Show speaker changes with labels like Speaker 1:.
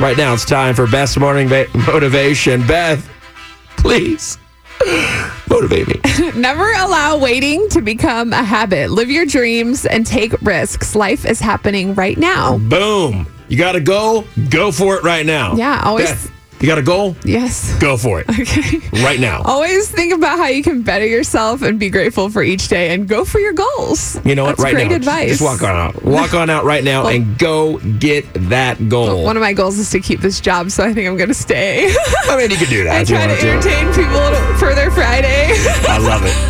Speaker 1: Right now, it's time for best morning va- motivation. Beth, please motivate me.
Speaker 2: Never allow waiting to become a habit. Live your dreams and take risks. Life is happening right now.
Speaker 1: Boom. You got a goal? Go for it right now.
Speaker 2: Yeah, always-
Speaker 1: Beth, you got a goal?
Speaker 2: Yes.
Speaker 1: Go for it
Speaker 2: Okay. Oh,
Speaker 1: right now.
Speaker 2: Always think about how you can better yourself and be grateful for each day and go for your goals.
Speaker 1: You know what?
Speaker 2: That's
Speaker 1: right
Speaker 2: great
Speaker 1: now,
Speaker 2: advice.
Speaker 1: just walk on out. Walk on out right now and go get that goal.
Speaker 2: One of my goals is to keep this job, so I think I'm going to stay.
Speaker 1: I mean, you could do that.
Speaker 2: I
Speaker 1: if you
Speaker 2: try to
Speaker 1: wanted to.
Speaker 2: entertain people for their Friday.
Speaker 1: I love it.